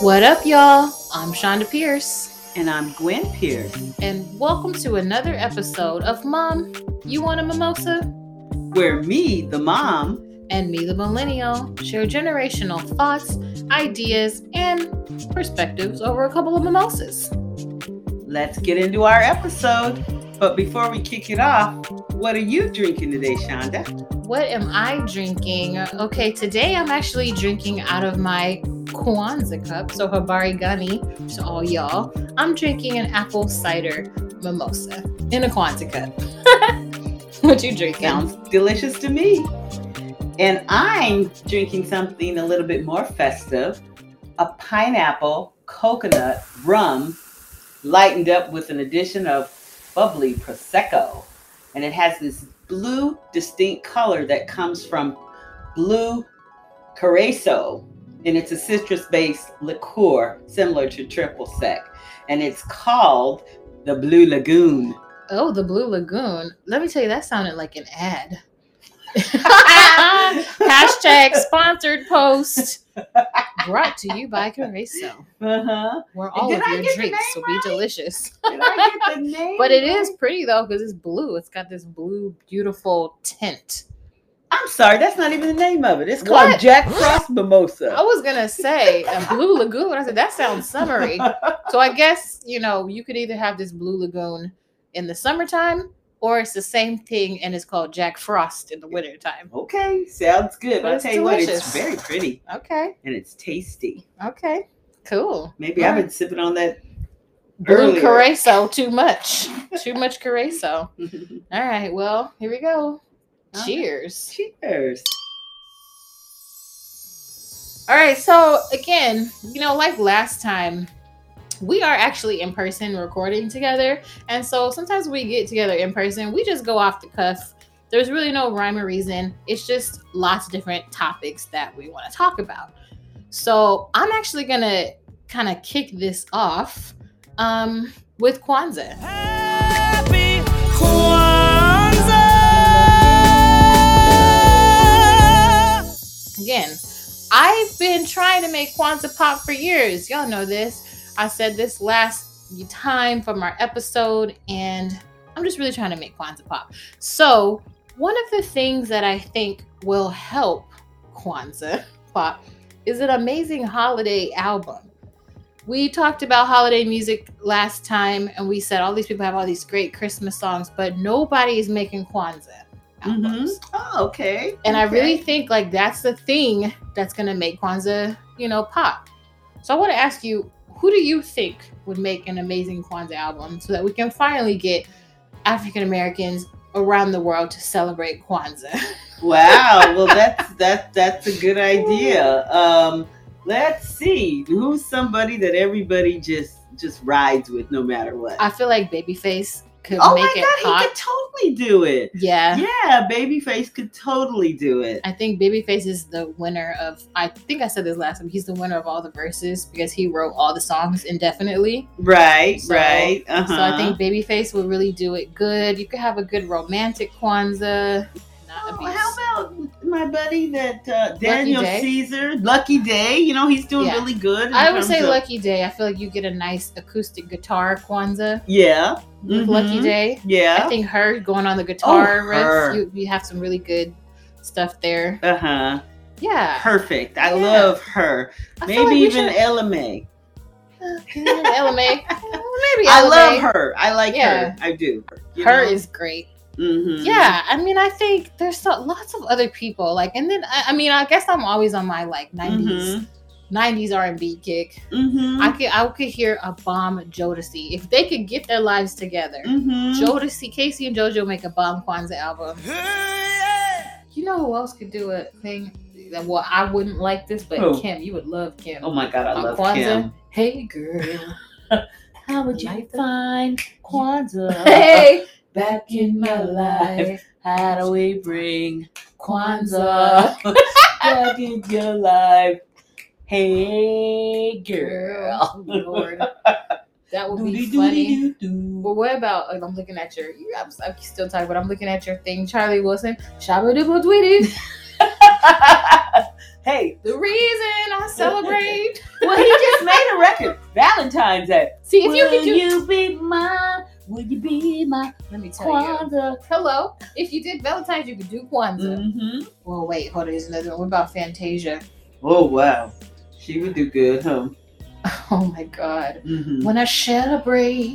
What up, y'all? I'm Shonda Pierce, And I'm Gwen Pierce, and welcome to another episode of Mom, You Want a Mimosa? where me, the mom, And Me the Millennial share generational thoughts, ideas, and perspectives over a couple of mimosas. let's get into our episode. But before we kick it off, what are you drinking today, Shonda? What am I drinking? Okay, today I'm actually drinking out of my Kwanzaa cup, so Habari Gani to all y'all. I'm drinking an apple cider mimosa in a Kwanzaa cup. what you drinking? Sounds delicious to me. And I'm drinking something a little bit more festive a pineapple coconut rum lightened up with an addition of bubbly Prosecco. And it has this blue distinct color that comes from blue Carasso. And it's a citrus based liqueur similar to triple sec. And it's called the Blue Lagoon. Oh, the Blue Lagoon. Let me tell you, that sounded like an ad. Hashtag sponsored post. Brought to you by Carrizo, Uh huh. where all Did of I your get the drinks will name be right? delicious. Did I get the name? But it right? is pretty though, because it's blue. It's got this blue, beautiful tint. I'm sorry, that's not even the name of it. It's called What? Jack Frost Mimosa. I was gonna say a blue lagoon. I said that sounds summery. So I guess you know you could either have this blue lagoon in the summertime, or it's the same thing and it's called Jack Frost in the wintertime. okay, sounds good. But But I it's tell you what, delicious. it's very pretty Okay. and it's tasty. Okay. Cool. Maybe I've been sipping on that. Blue earlier. Carrizo, too much. too much Carrizo. All right. Well, here we go. All right. Cheers. Cheers. All right. So, again, you know, like last time, we are actually in person recording together. And so sometimes we get together in person, we just go off the cuff. There's really no rhyme or reason. It's just lots of different topics that we want to talk about. So, I'm actually going to kind of kick this off um, with Kwanzaa. Happy Kwanzaa! again i've been trying to make kwanzaa pop for years y'all know this i said this last time from our episode and i'm just really trying to make kwanzaa pop so one of the things that i think will help kwanzaa pop is an amazing holiday album we talked about holiday music last time and we said all these people have all these great christmas songs but nobody is making kwanzaa albums Mhm. Oh, okay. and I okay. really think like that's the thing that's gonna make Kwanzaa, you know, pop. So I want to ask you, who do you think would make an amazing Kwanzaa album so that we can finally get African Americans around the world to celebrate Kwanzaa? Wow. Well, that's that that's a good idea. Um, let's see who's somebody that everybody just just rides with no matter what. I feel like Babyface could oh my make it god, he pop. could totally do it. yeah. Yeah, Babyface could totally do it. I think Babyface is the winner of. I think I said this last time. He's the winner of all the verses because he wrote all the songs indefinitely. Right, So- right. Uh-huh. So I think Babyface would really do it good. You could have a good romantic Kwanzaa. Not Oh, abuse. how about my buddy that uh, Daniel Day? Caesar, Lucky Day? You know he's doing Yeah. really good. in I would terms say of- Lucky Day. I feel like you get a nice acoustic guitar Kwanzaa Yeah, with Lucky Mhm. Day. I yeah. think her going on the guitar Oh, riff, her. you, you have some really good stuff there. Uh huh. Yeah. Perfect. I Yeah. love her. I Maybe feel like we uh, mm, even should- Elame. LMA. Maybe I LMA. love her. I like Yeah. her. I do. You Her know? is great. Mhm. Yeah, I mean, I think there's so, lots of other people like, and then I, I mean, I guess I'm always on my like '90s Mhm. '90s R&B kick. Mhm. I could I could hear a bomb Jodeci if they could get their lives together. Mm-hmm. Mhm. Jodeci, Casey, and JoJo make a bomb Kwanzaa album. Yeah. You know who else could do a thing? that- Well, I wouldn't like this, but Who? Kim, you would love Kim. Oh my god, I On love Uh, Kwanzaa. Kim. Hey girl, how would you Like find Kwanzaa. hey back in my life? How do we bring Kwanzaa. back in your life? Hey, girl. Oh, Lord, that would be funny. Do-do-do-do-do. But what about? and I'm looking at your. you- I'm, I'm still talking, but I'm looking at your thing, Charlie Wilson. Shabba dibba dwee doo. Hey, The reason I celebrate. well, he just made a record, Valentine's Day. See if you could do. be my? Will you be my Let me tell you. Hello. If you did Valentine's, you could do Kwanzaa. Mm-hmm. Well, wait, hold on. There's another one. What about Fantasia? Oh wow, she would do good, huh? Oh my God. Mm-hmm. When I celebrate,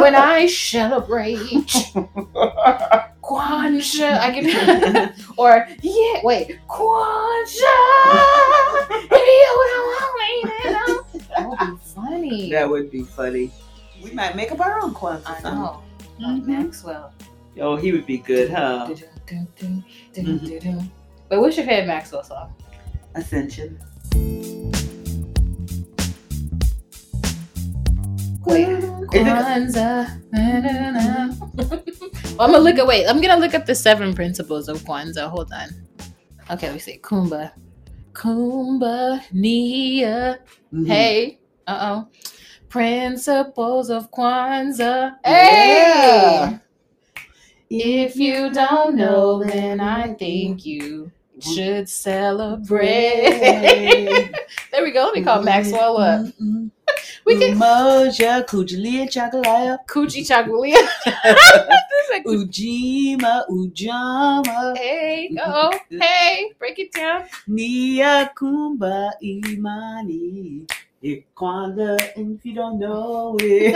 when I celebrate, Kwanzaa. I can. or yeah, wait, Kwanzaa. if you don't want me, then I'll- That would be funny. that would be funny. We might make up our own Kwanzaa I song. know. Mm-hmm. Like Mhm. Maxwell. Oh, he would be good, huh? Mm-hmm. But what's your favorite Maxwell song? Ascension. Wait, it- Kwanzaa. na, na, na. well, I'm gonna look at wait. I'm gonna look up the seven principles of Kwanzaa. Hold on. Okay, let me see. Kumba, Kumba Nia. Mhm. Hey, uh oh. Principles of Kwanzaa. Yeah. Hey. If you don't know, then I think you should celebrate. there we go. Let me call Maxwell up. We can Moja, Kujalia, Chakalaya, coochie chocolate. Ujima, Ujama, Hey, oh, hey, break it down. Nia Kumba Imani. Ikwanda, and if you don't know it.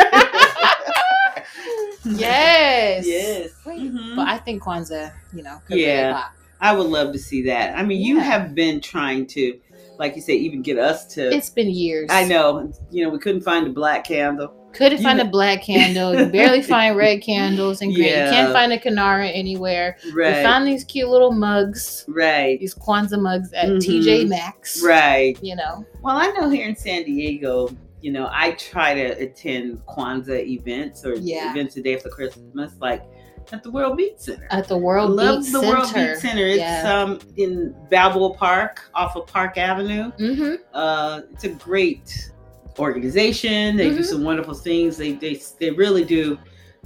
Yes. Yes. Wait, Mhm. But I think Kwanzaa, you know, could Yeah. really pop. I would love to see that. I mean, you Yeah. have been trying to, like you say, even get us to. It's been years. I know. You know, we couldn't find a black candle. Couldn't You find know- a black candle. You barely find red candles and green. Yeah. You can't find a Kanara anywhere. We Right. found these cute little mugs, right. these Kwanzaa mugs at Mhm. TJ Maxx. Right. You know, Well, I know here in San Diego, you know, I try to attend Kwanzaa events or Yeah. events the day after Christmas, like at the World Beat Center. at the World Love Beat the Center. World Beat Center. It's Yeah. um in Balboa Park off of Park Avenue. Mm-hmm. Uh, it's a great organization. They do Mhm. some wonderful things. They they they really do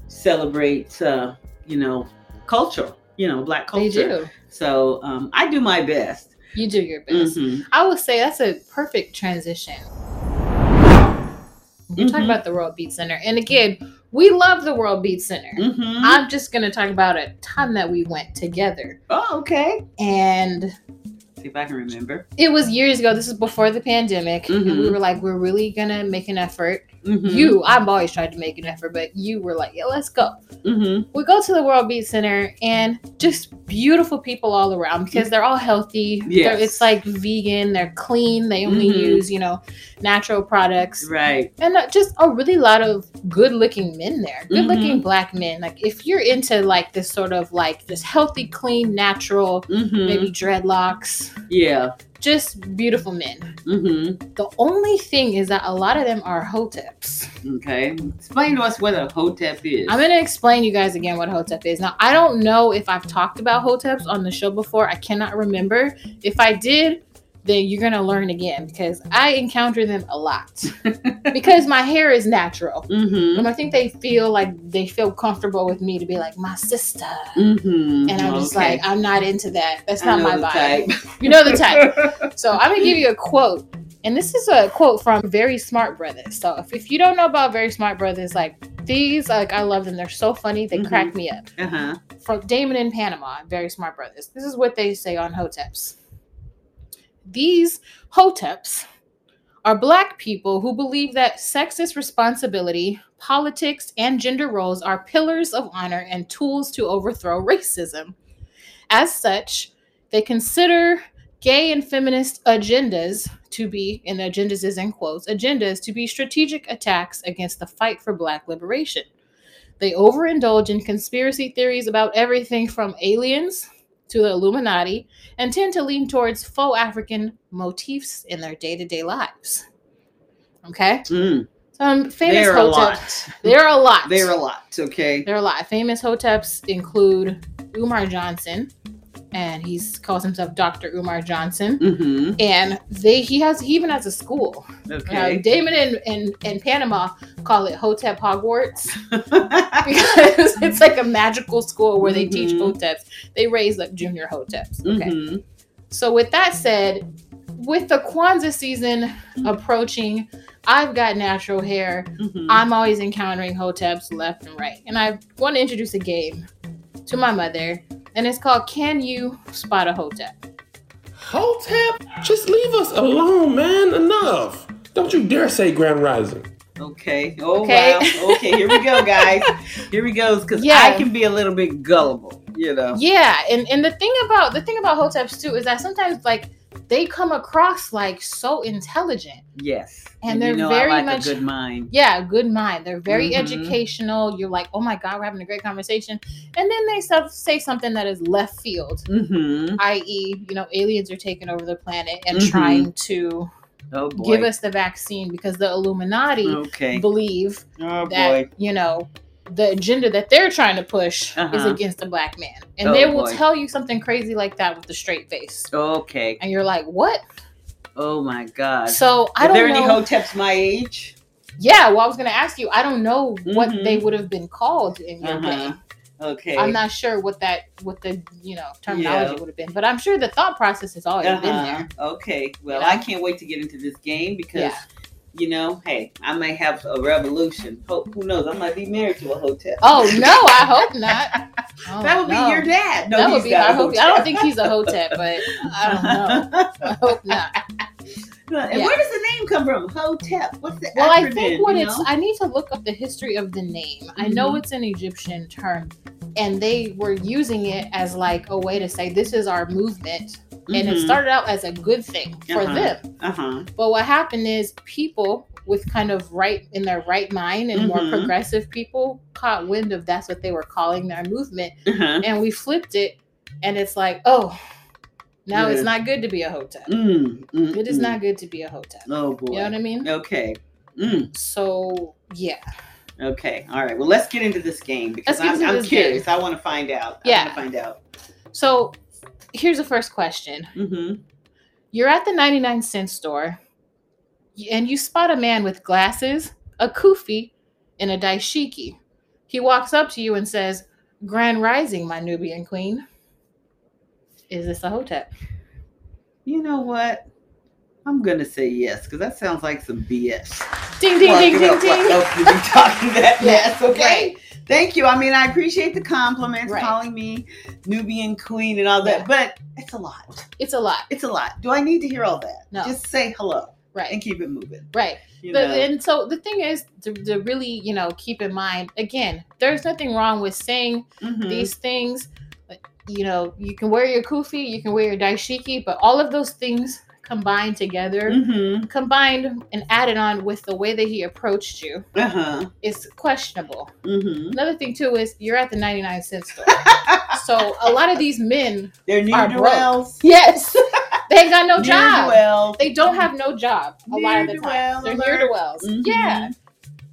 celebrate uh, you know, culture, you know, black culture. They do. So um I do my best. You do your best. Mhm. I would say that's a perfect transition. We're talking Mhm. about the World Beat Center. And again, we love the World Beat Center. Mhm. I'm just going to talk about a time that we went together. oh, okay. And See if I can remember. it was years ago. This is before the pandemic. And we Mhm. were like, we're really gonna make an effort. Mhm. You, I've always tried to make an effort, but you were like, yeah, let's go. Mm-hmm. We go to the World Beat Center and just beautiful people all around because they're all healthy. Yes. They're, it's like vegan. They're clean. They only Mhm. use you know natural products Right. and uh, just a really lot of good-looking men there. Mm-hmm. Good-looking black men. Like if you're into like this sort of like just healthy, clean, natural, Mm-hmm. maybe dreadlocks, Yeah. just beautiful men. Mm-hmm. The only thing is that a lot of them are hoteps. Okay. Explain to us what a hotep is. I'm gonna explain you guys again what hotep is. Now, I don't know if I've talked about hoteps on the show before. I cannot remember. If I did, then you're gonna learn again because I encounter them a lot. because my hair is natural. mm-hmm. And I think they feel like they feel comfortable with me to be like my sister. Mm-hmm. And I'm just like, I'm not into that. That's I not know my the vibe. You know the type. So I'm gonna give you a quote, and this is a quote from Very Smart Brothers. So if, if you don't know about Very Smart Brothers, like these, like I love them. They're so funny. They Mhm. crack me up. uh-huh. From Damon in Panama, Very Smart Brothers. This is what they say on hoteps. These hoteps are black people who believe that sexist responsibility, politics, and gender roles are pillars of honor and tools to overthrow racism. As such, they consider gay and feminist agendas to be, and agendas is in quotes, agendas to be strategic attacks against the fight for black liberation. They overindulge in conspiracy theories about everything from aliens to the Illuminati and tend to lean towards faux African motifs in their day to day lives. Okay? Mm. Some famous They're a lot. hoteps. There are a lot. They're a lot. Okay. There are a lot. Famous hoteps include Umar Johnson, and he calls himself Dr. Umar Johnson. Mm-hmm. And they he has he even has a school. Now, Okay. Damon and, and, and Panama call it Hotep Hogwarts because it's like a magical school where they teach Mhm. hoteps. They raise up junior hoteps. Okay. Mm-hmm. So with that said, with the Kwanzaa season approaching, I've got natural hair. Mm-hmm. I'm always encountering hoteps left and right. And I want to introduce a game to my mother, and it's called Can You Spot a Hotep? Hotep, just leave us alone, man. Enough. Don't you dare say Grand Rising. Okay. Oh Okay. wow. Okay, here we go, guys. Here we go. Because Yeah. I can be a little bit gullible, you know. Yeah, and, and the thing about the thing about hoteps too is that sometimes like they come across like so intelligent. Yes. And you they're know very I like much- a good mind. Yeah, good mind. They're very Mhm. educational. You're like, oh my God, we're having a great conversation. And then they sub- say something that is left field, Mm-hmm. i.e., you know, aliens are taking over the planet and Mhm. trying to Oh boy. give us the vaccine because the Illuminati Okay. believe Oh boy. that, you know, the agenda that they're trying to push is Uh-huh. against the black man. And Oh, they will boy. tell you something crazy like that with a straight face. Okay. And you're like, what? Oh my God. So I Are don't there know. any hoteps my age? yeah, well, I was going to ask you, I don't know what Mhm. they would have been called in your Uh-huh. day. Okay. I'm not sure what that what the you know terminology Yeah. would have been, but I'm sure the thought process has always been Uh-huh. there. Okay. Well, You know? I can't wait to get into this game because, Yeah. you know, hey, I might have a revolution. Ho- who knows? I might be married to a hotel. Oh no, I hope not. Oh, that would no. be your dad. No, that would he's be. got I a hope. I hotep. don't think he's a hotep, but I don't know. I hope not. and Yeah. where does the name come from? Hotep. What's the Well, I acronym, think what you it's. know? I need to look up the history of the name. I know Mhm. it's an Egyptian term, and they were using it as like a way to say this is our movement, and it Mhm. started out as a good thing for Uh-huh. them. Uh-huh. But what happened is people with kind of right in their right mind and more Mhm. progressive people caught wind of that's what they were calling their movement. Uh-huh. And we flipped it and it's like, oh, now Yeah. it's not good to be a hotel. Mm, mm, It is mm. not good to be a hotel. Oh boy. You know what I mean? Okay. Mm, So yeah. okay. All right. Well, let's get into this game because Let's get I'm, into I'm this curious. I want to find out. I Yeah. want to find out. So here's the first question. Mm-hmm. You're at the 99 cent store and you spot a man with glasses, a kufi, and a daishiki. He walks up to you and says, Grand Rising, my Nubian queen. Is this a hotep? You know what? I'm gonna say yes because that sounds like some BS. Ding, ding, Fuck, ding, you ding, know, ding. fuck, Don't you be talking that Yeah. mess, okay? Thank you. I mean, I appreciate the compliments, Right. calling me Nubian queen and all that, Yeah. but it's a lot. It's a lot. It's a lot. Do I need to hear all that? No. Just say hello Right, and keep it moving. right. You But- know? and so the thing is to, to really, you know, keep in mind again, there's nothing wrong with saying Mhm. these things. Like, You know, you can wear your kufi, you can wear your daishiki, but all of those things combined together Mhm. combined and added on with the way that he approached you Uh-huh. is questionable. Mm-hmm. Another thing too is you're at the 99 cent store. so a lot of these men, They're near Are broke. Durrells. yes, they ain't got no job. Ne'er-do-wells. They don't have no job a lot of the Ne'er-do-well time. They're alert. near to wells. Mhm. Yeah.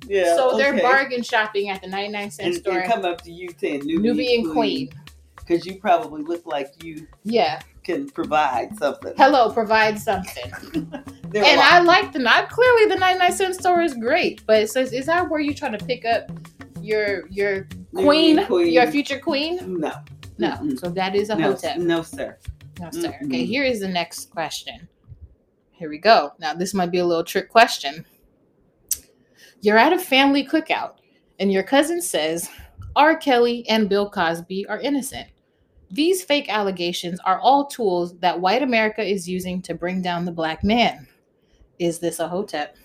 Yeah. Mm-hmm. So they're okay. bargain shopping at the 99 cent and, and store. come up to you saying Nubian, Nubian queen. because you probably look like you Yeah. can provide something. Hello, provide something. They're and like, I like the not clearly the 99 cent store is great, but it says is that where you trying to pick up your your Nubian queen, queen. your future queen? no, No. Mm-mm. So that is a no, hotep. no, sir. No, sir. Mm-mm. Okay, here is the next question. Here we go. Now, this might be a little trick question. You're at a family cookout, and your cousin says R. Kelly and Bill Cosby are innocent. These fake allegations are all tools that white America is using to bring down the black man. Is this a hotep?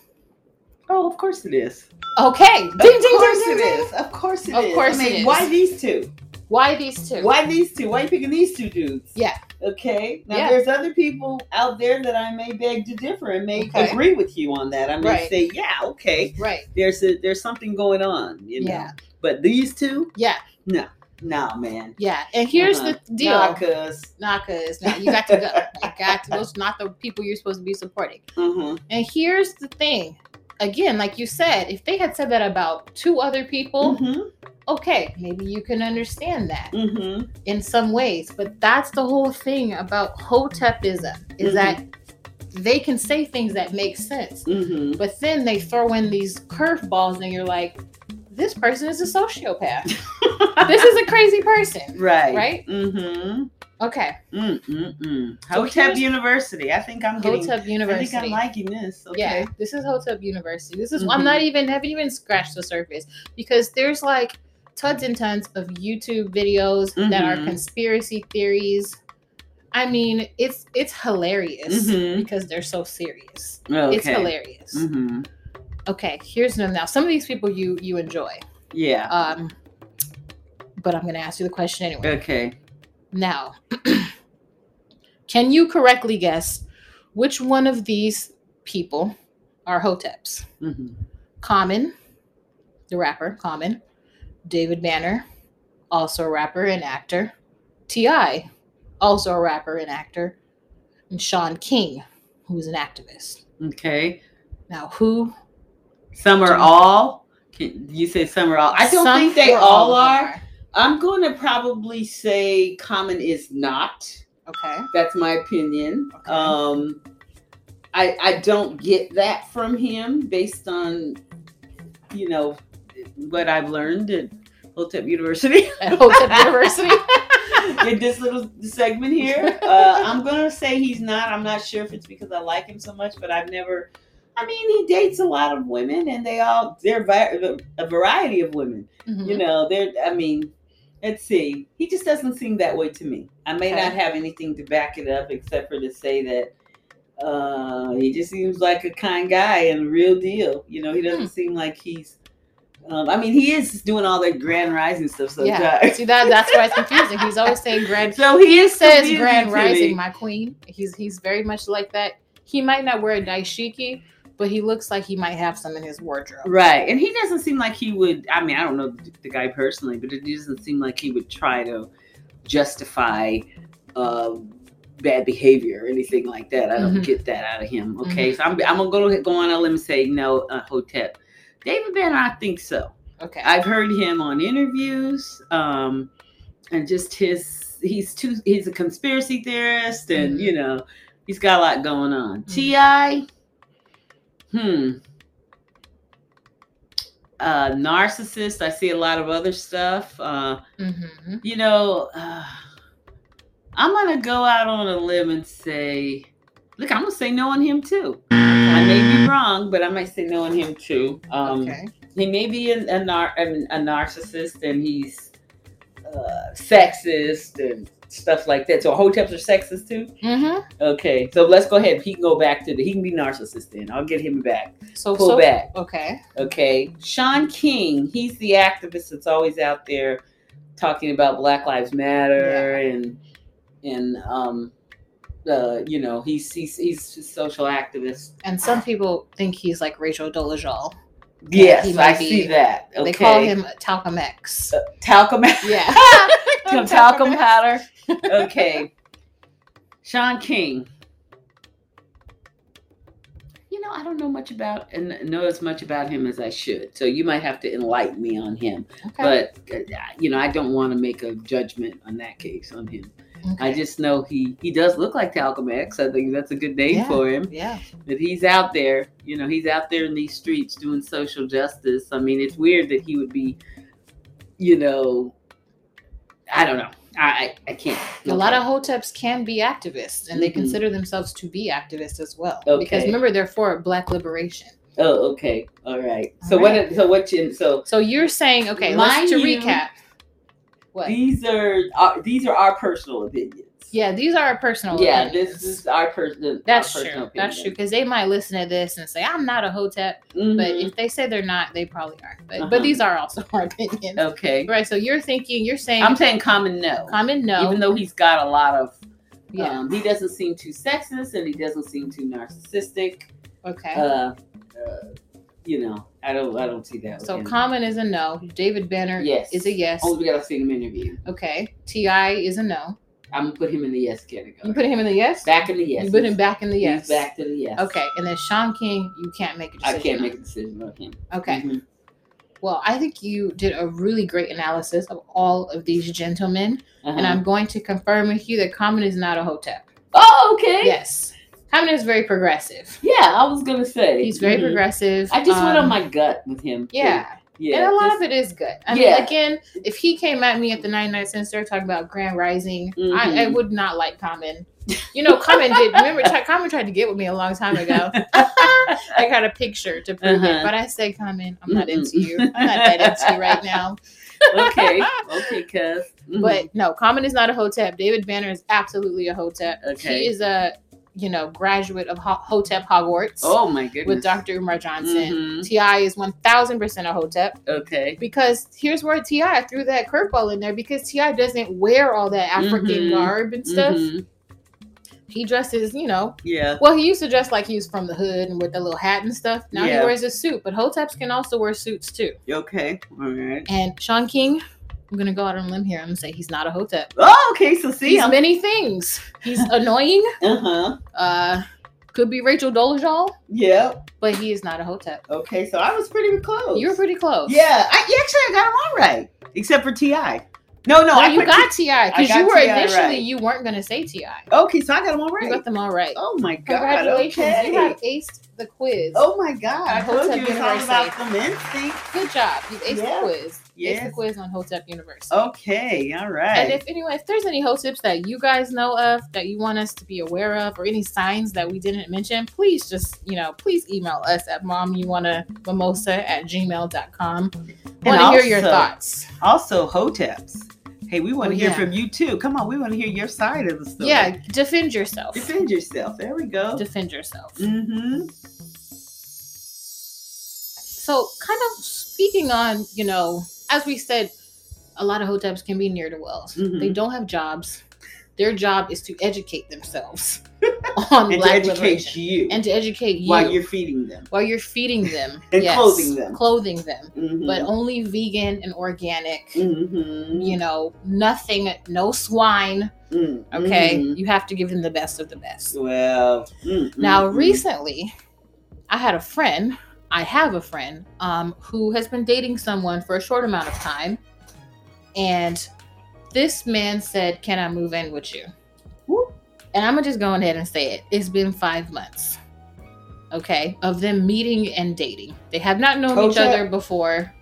Oh, of course it is. Okay. Ding, of ding, course ding, ding, it ding. is. Of course it is. Of course I mean, it is. Why these two? Why these two? Why these two? Why you picking these two dudes? Yeah. Okay. Now Yeah. there's other people out there that I may beg to differ and may Okay. agree with you on that. I may Right. say, yeah, okay. Right. There's a, there's something going on, you know. Yeah. But these two, Yeah. nah, man. Yeah. And here's Uh-huh. the deal. Nah, cuz. Nah, cause nah, you got to go. You got to. Those not the people you're supposed to be supporting. Uh-huh. And here's the thing. Again, like you said, if they had said that about two other people, Mm-hmm. okay, maybe you can understand that Mm-hmm. in some ways. But that's the whole thing about hotepism is Mhm. that they can say things that make sense, Mm-hmm. but then they throw in these curveballs, and you're like, this person is a sociopath. this is a crazy person. Right. Right? Mm-hmm. Okay. Mm, mm, mm. So Hotep here's- University. I think I'm getting. Hotep I think I'm University. liking this. Okay. Yeah, this is Hotep University. This is I'm not Mhm. even haven't even scratched the surface because there's like tons and tons of YouTube videos that are Mhm. conspiracy theories. I mean, it's it's hilarious Mhm. because they're so serious. Okay. It's hilarious. hmm Okay, here's them now. Some of these people you you enjoy. Yeah. Um but I'm going to ask you the question anyway. Okay. Now, can you correctly guess which one of these people are Hoteps? hmm Common, the rapper, Common, David Banner, also a rapper and actor, T.I., also a rapper and actor, and Sean King, who's an activist. Okay. Now, who? Some are Don't- all. Can, you say some are all. I don't Some think they or all of them are. I'm going to probably say common is not. Okay. That's my opinion. Okay. Um, I I don't get that from him based on, you know, what I've learned at Hotep University. At Hotep University. in this little segment here. Uh, I'm gonna say he's not. I'm not sure if it's because I like him so much, but I've never. I mean, he dates a lot of women, and they all they're vi- a variety of women. Mhm. You know, they're. I mean, let's see. He just doesn't seem that way to me. I may Okay. not have anything to back it up except for to say that. Uh, he just seems like a kind guy and real deal. You know, he doesn't Hmm. seem like he's. Um, I mean, he is doing all that grand rising stuff sometimes. Yeah. See that? That's why it's confusing. He's always saying grand So he is says confusing Grand to Rising, me. my queen. He's he's very much like that. He might not wear a daishiki, but he looks like he might have some in his wardrobe. Right, and he doesn't seem like he would. I mean, I don't know the- the guy personally, but it doesn't seem like he would try to justify uh, bad behavior or anything like that. I don't Mhm. get that out of him. Okay, so I'm, I'm gonna go, go on a limb and say no, uh, Hotep. David Banner, I think so. Okay. I've heard him on interviews, um, and just his he's too he's a conspiracy theorist, and Mhm. you know he's got a lot going on. Mhm. Ti, hmm, uh, narcissist. I see a lot of other stuff. Uh, hmm you know, uh, I'm gonna go out on a limb and say, look, I'm gonna say no on him too. I may be wrong, but I might say no on him too. Um, okay. he may be a, a, nar- a, a narcissist and he's uh, sexist and stuff like that. So hoteps are sexist too. hmm Mm-hmm. Okay, so let's go ahead. He can go back to the. He can be narcissist then. I'll get him back. So Pull so back. okay. Okay, Sean King. He's the activist that's always out there talking about Black Lives Matter and and um. Uh, you know, he's he's he's a social activist. And some people think he's like Rachel Dolezal. Yes, he may I be- see that. Okay, They call him Talcum X. talcum. Yeah. Talcum Some talcum X. powder. Okay. Sean King. You know, I don't know much about and know as much about him as I should. So you might have to enlighten me on him. Okay. But uh, you know, I don't want to make a judgment on that case on him. I okay. just know he he does look like Talcum X. I think that's a good name Yeah. for him. yeah. But he's out there, you know, he's out there in these streets doing social justice. I mean, it's weird that he would be, you know, I don't know. I I, I can't. A lot of hoteps can be activists, and they Mhm. consider themselves to be activists as well. Because Okay. remember, they're for Black liberation. Oh, okay, all right. All So right. what? So what? You, so So you're saying, okay, let's Mind to you- recap. What? these are our, these are our personal opinions. Yeah, these are our personal. Yeah, opinions. this is our personal. that's true. That's true because they might listen to this and say, "I'm not a hotep," but if they say they're not, they probably aren't. But Mm-hmm. Uh-huh. but these are also our opinions, okay, right? So you're thinking, you're saying, I'm saying common no. comment no, Even though he's got a lot of, yeah, um, he doesn't seem too sexist and he doesn't seem too narcissistic. okay. uh, you know, I don't, I don't see that. so with him. common is a no. David Banner Yes. Oh. is a yes. only because I've seen him interview. Okay, Ti is a no. I'm gonna put him in the yes You category. put him in the yes. Back in the yes. You put him back in the He's yes. back to the yes. Okay, and then Sean King, you can't make a I decision. can't on. make a decision on him. Okay. Mhm. Well, I think you did a really great analysis of all of these gentlemen, Uh-huh. and I'm going to confirm with you that Common is not a hotep. Oh, okay. Yeah. Yes, Common is very progressive. I was gonna say He's very Mhm. progressive. I just went on um, my gut with him. too. Yeah, Yeah, and a lot just- of it is good. I Yeah. mean, again, if he came at me at the 99 cent store talking about Grand Rising, I, I Mhm. would not like Common. You know, Common did. Remember, Ty- Common tried to get with me a long time ago. I got a picture to prove Uh-huh. it, but I said, Common, I'm not Mm-mm. into you. I'm not that into you right now. okay, okay, cuz. Mhm. But no, Common is not a hotep. David Banner is absolutely a hotep. Okay. He is a, you know, graduate of Ho- hotep Hogwarts oh my goodness, with Dr. Umar Johnson. Mhm. Ti is 1000% a hotep. Okay, because here's where Ti threw that curveball in there because Ti doesn't wear all that African Mhm. garb and stuff. Mhm. He dresses, you know. Yeah, Well, he used to dress like he was from the hood and with the little hat and stuff. Now Yeah. he wears a suit, but Hoteps can also wear suits too. okay, all right. And Sean King, I'm gonna go out on a limb here. I'm gonna say he's not a Hotep. Oh, okay, so see, He's I'm, many things. He's annoying. uh-huh, Uh, could be Rachel Dolezal, yep, but he is not a Hotep. okay, so I was pretty close. You were pretty close. Yeah, I, yeah, actually, I got them all right, except for Ti. No, no, No, I you put got Ti because got you were T.I. initially right. you weren't gonna say Ti. Okay, so I got them all You right. got them all right. Oh my god! Congratulations, Okay. you have aced the quiz. oh my god! I Hotep told you it's all University. about the instinct. Good job. You aced Yeah. the quiz. Aced the Yes. quiz on Hotep University. Okay. All right. And if anyway, if there's any Hoteps that you guys know of that you want us to be aware of or any signs that we didn't mention, please just, you know, please email us at mom you wanna mimosa at gmail.com. Want to hear your also- thoughts. Also, hoteps. Hey, we want Oh, to hear yeah. from you too. Come on, we want to hear your side of the story. Yeah, defend yourself. Defend yourself. There we go. Defend yourself. Mm-hmm. So, kind of speaking on, you know, as we said, a lot of hoteps can be near the wells. Mhm. They don't have jobs. Their job is to educate themselves on And to black educate liberation you and to educate you while you're feeding them. while you're feeding them And yes, clothing them. clothing them, Mm-hmm. but only vegan and organic. mm-hmm. You know, nothing, no swine. mm Okay, mhm. you have to give them the best of the best. Well. mm, Now, mm, recently, I had a friend, I have a friend, um, who has been dating someone for a short amount of time. And this man said, Can I move in with you? Whoop. And I'm going to just go ahead and say it. It's been five months, okay, of them meeting and dating. They have not known each Hotep. other before.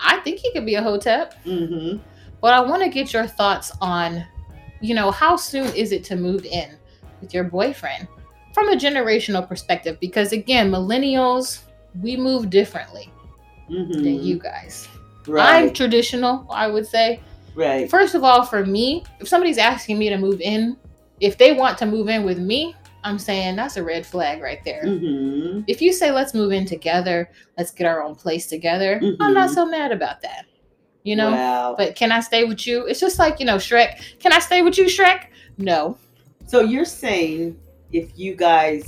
I think he could be a hotep, mm, mhm. but I want to get your thoughts on, you know, how soon is it to move in with your boyfriend from a generational perspective? Because again, millennials, we move differently Mhm. than you guys. I'm Right. traditional, I would say. right. First of all, for me, if somebody's asking me to move in, if they want to move in with me, I'm saying that's a red flag right there. Mm-hmm. If you say let's move in together, let's get our own place together, I'm not Mhm. so mad about that. You know? Wow. but can I stay with you? It's just like, you know, Shrek. Can I stay with you, Shrek? No. So you're saying if you guys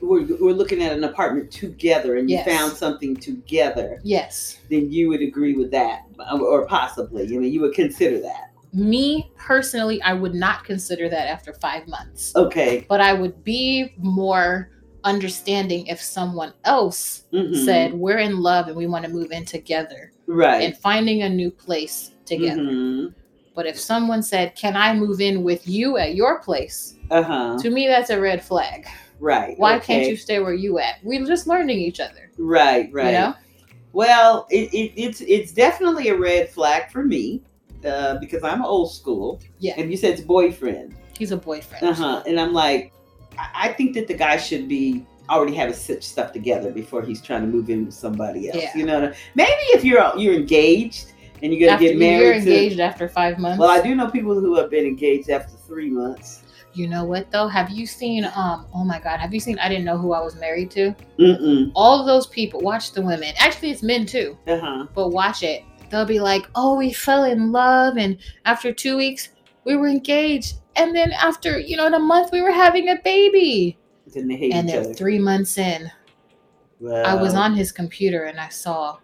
were, were looking at an apartment together and you Yes. found something together, Yes. then you would agree with that, or possibly, I mean, you would consider that. Me personally, I would not consider that after five months, Okay. but I would be more understanding if someone else Mhm. said, We're in love and we want to move in together right and finding a new place together. Mhm. But if someone said, Can I move in with you at your place? Uh huh. To me, that's a red flag. Right. Why can't okay. you stay where you at? We're just learning each other. Right. you Right. know? Well, it, it, it's it's definitely a red flag for me uh, because I'm old school. Yeah. And you said it's boyfriend. He's a boyfriend. Uh huh. And I'm like, I, I think that the guy should be already having such stuff together before he's trying to move in with somebody else. Yeah. You know, what I- maybe if you're you're engaged and you're gonna after get married. you're to- engaged after five months. Well, I do know people who have been engaged after three months. you know what though? Have you seen um oh my god, have you seen I didn't know who I was married to? Mm All of those people, watch the women. Actually it's men too, mm. Uh huh. but watch it. They'll be like, Oh, we fell in love and after two weeks we were engaged. And then after, you know, in a month we were having a baby. Then they hate And each Uh. they're other. three months in. Well, I was on his computer and I saw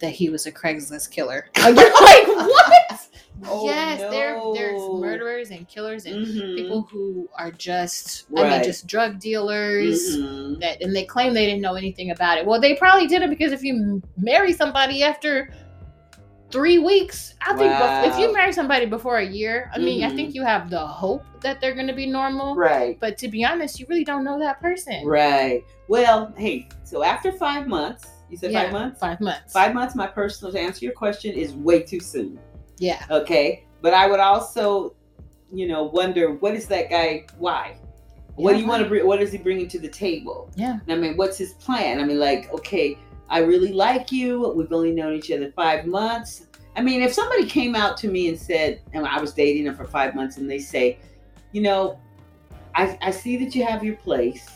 that he was a Craigslist killer. You're like, what? Oh, yes, there there's no. murderers and killers and Mhm. people who are just I mean Right. just drug dealers Mhm. that and they claim they didn't know anything about it. Well, they probably did it because if you m- marry somebody after 3 weeks, I think bef- if Wow. you marry somebody before a year, I mean, I Mhm. think you have the hope that they're going to be normal. Right. But to be honest, you really don't know that person. Right. Well, hey. So after five months, You said Yeah. five months? Five months. Five months, my personal, to answer your question, is way too soon. Yeah. Okay. But I would also, you know, wonder what is that guy? Why? What do you want to bring? What is he bringing to the table? Yeah. I mean, what's his plan? I mean, like, okay, I really like you. We've only known each other five months. I mean, if somebody came out to me and said, and I was dating them for five months, and they say, you know, I, I see that you have your place.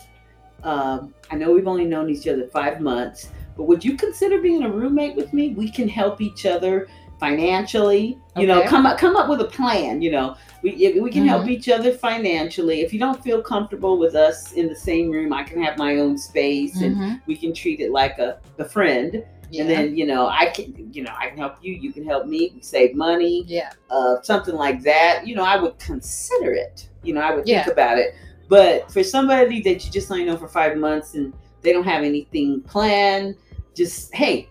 Um, I know we've only known each other five months, but would you consider being a roommate with me? We can help each other financially. You know, Okay. Mm-hmm. come up come up with a plan. You know, we if we can help each other financially. If you don't feel comfortable with us in the same room, I can have my own space, and Mhm. we can treat it like a, a friend. Yeah. And then you know, I can you know I can help you. You can help me. We save money yeah. uh, something like that, you know, I would consider it. You know, I would Yeah. think about it. But for somebody that you just only know for five months and they don't have anything planned, just hey,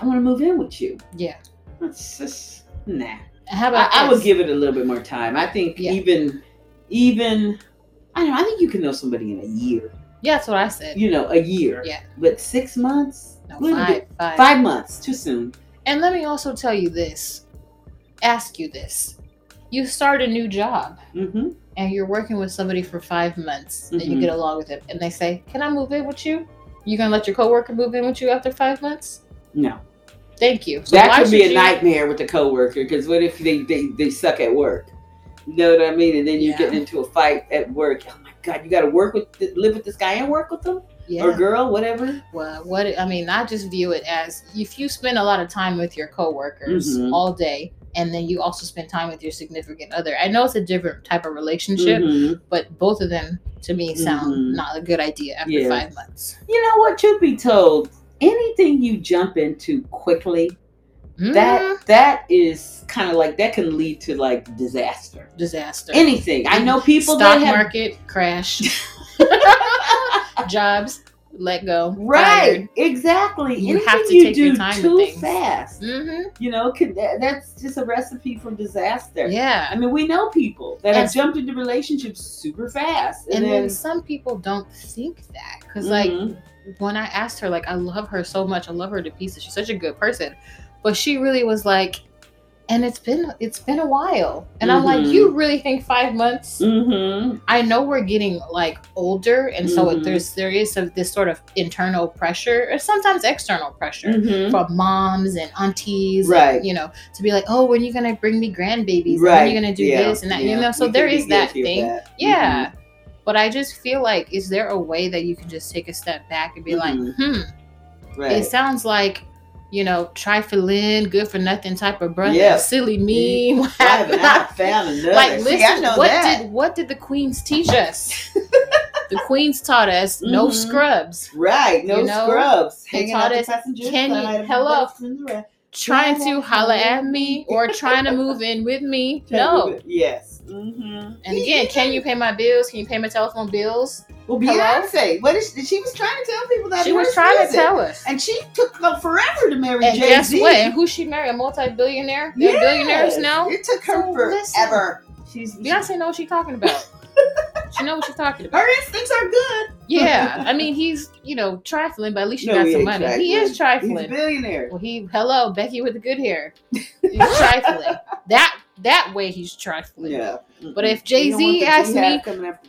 I want to move in with you. Yeah. That's just nah. How I, about I this? would give it a little bit more time. I think Yeah. even, even, I don't know. I think you can know somebody in a year. Yeah, that's what I said. You know, a year. Yeah. But six months, No, Little five, bit- five. five months, too soon. And let me also tell you this. Ask you this. You start a new job Mm-hmm. and you're working with somebody for five months and you Mhm. get along with them and they say, Can I move in with you? You gonna let your coworker move in with you after five months? No. Thank you. So that why could be should a you- nightmare with a coworker because what if they, they they suck at work you know what i mean and then you Yeah. get into a fight at work oh my god you got to work with th- live with this guy and work with him Yeah. or girl whatever Well, what I mean, I just view it as if you spend a lot of time with your coworkers Mhm. all day, and then you also spend time with your significant other. I know it's a different type of relationship, Mhm. but both of them to me sound Mhm. not a good idea after Yeah. five months. you know what truth be told anything you jump into quickly Mm, that that is kind of like that can lead to like disaster disaster. anything i know people Stock that have market crash, jobs let go. right exactly You have Anything to take you your do time with too things. fast hmm you know could, that, that's just a recipe for disaster Yeah. I mean, we know people that have And- jumped into relationships super fast, And and, then, then some people don't think that because, like, Mhm. when I asked her, like, I love her so much. I love her to pieces. She's such a good person. But she really was like, and it's been it's been a while. And I'm like, Mhm. you really think five months? Mhm. I know we're getting like older, and so Mhm. there's there is some this sort of internal pressure, or sometimes external pressure Mhm. from moms and aunties, and, Right. you know, to be like, oh, when are you gonna bring me grandbabies? When are you gonna do yeah, this and that? You yeah. know, so We there can be is that guilty of thing. that. Mm-hmm. Yeah. But I just feel like, is there a way that you can just take a step back and be like, Mhm. hmm, Mhm. right. it sounds like, you know, trifling, good for nothing type of brother, Yeah. silly me. what I have happened? not found another. like, See, listen, I know what that. did what did the queens teach us? the queens taught us no Mhm. scrubs, right? No you know, scrubs. they Hanging taught out the us, passenger can you- side of the hello. bus and the rest. trying to Yeah. holla at me or trying to move in with me. No. Yes. Mm-hmm. And again, can you pay my bills? Can you pay my telephone bills? Well, Hello? Beyonce, what is she, she was trying to tell people that She in was her trying to music. tell us. and she took her forever to marry And Jay Z. guess what? And who she married? A multi-billionaire? They're Yes. billionaires now. It took So her listen. forever. She's Beyonce knows what she's talking about. she knows what she's talking about. her instincts are good. Yeah, I mean he's you know trifling, but at least you No, got he some ain't money. He is He's a trifling. billionaire. Well, he hello Becky with the good hair. He's trifling. That that way he's trifling. Yeah. But if Jay Z asked me,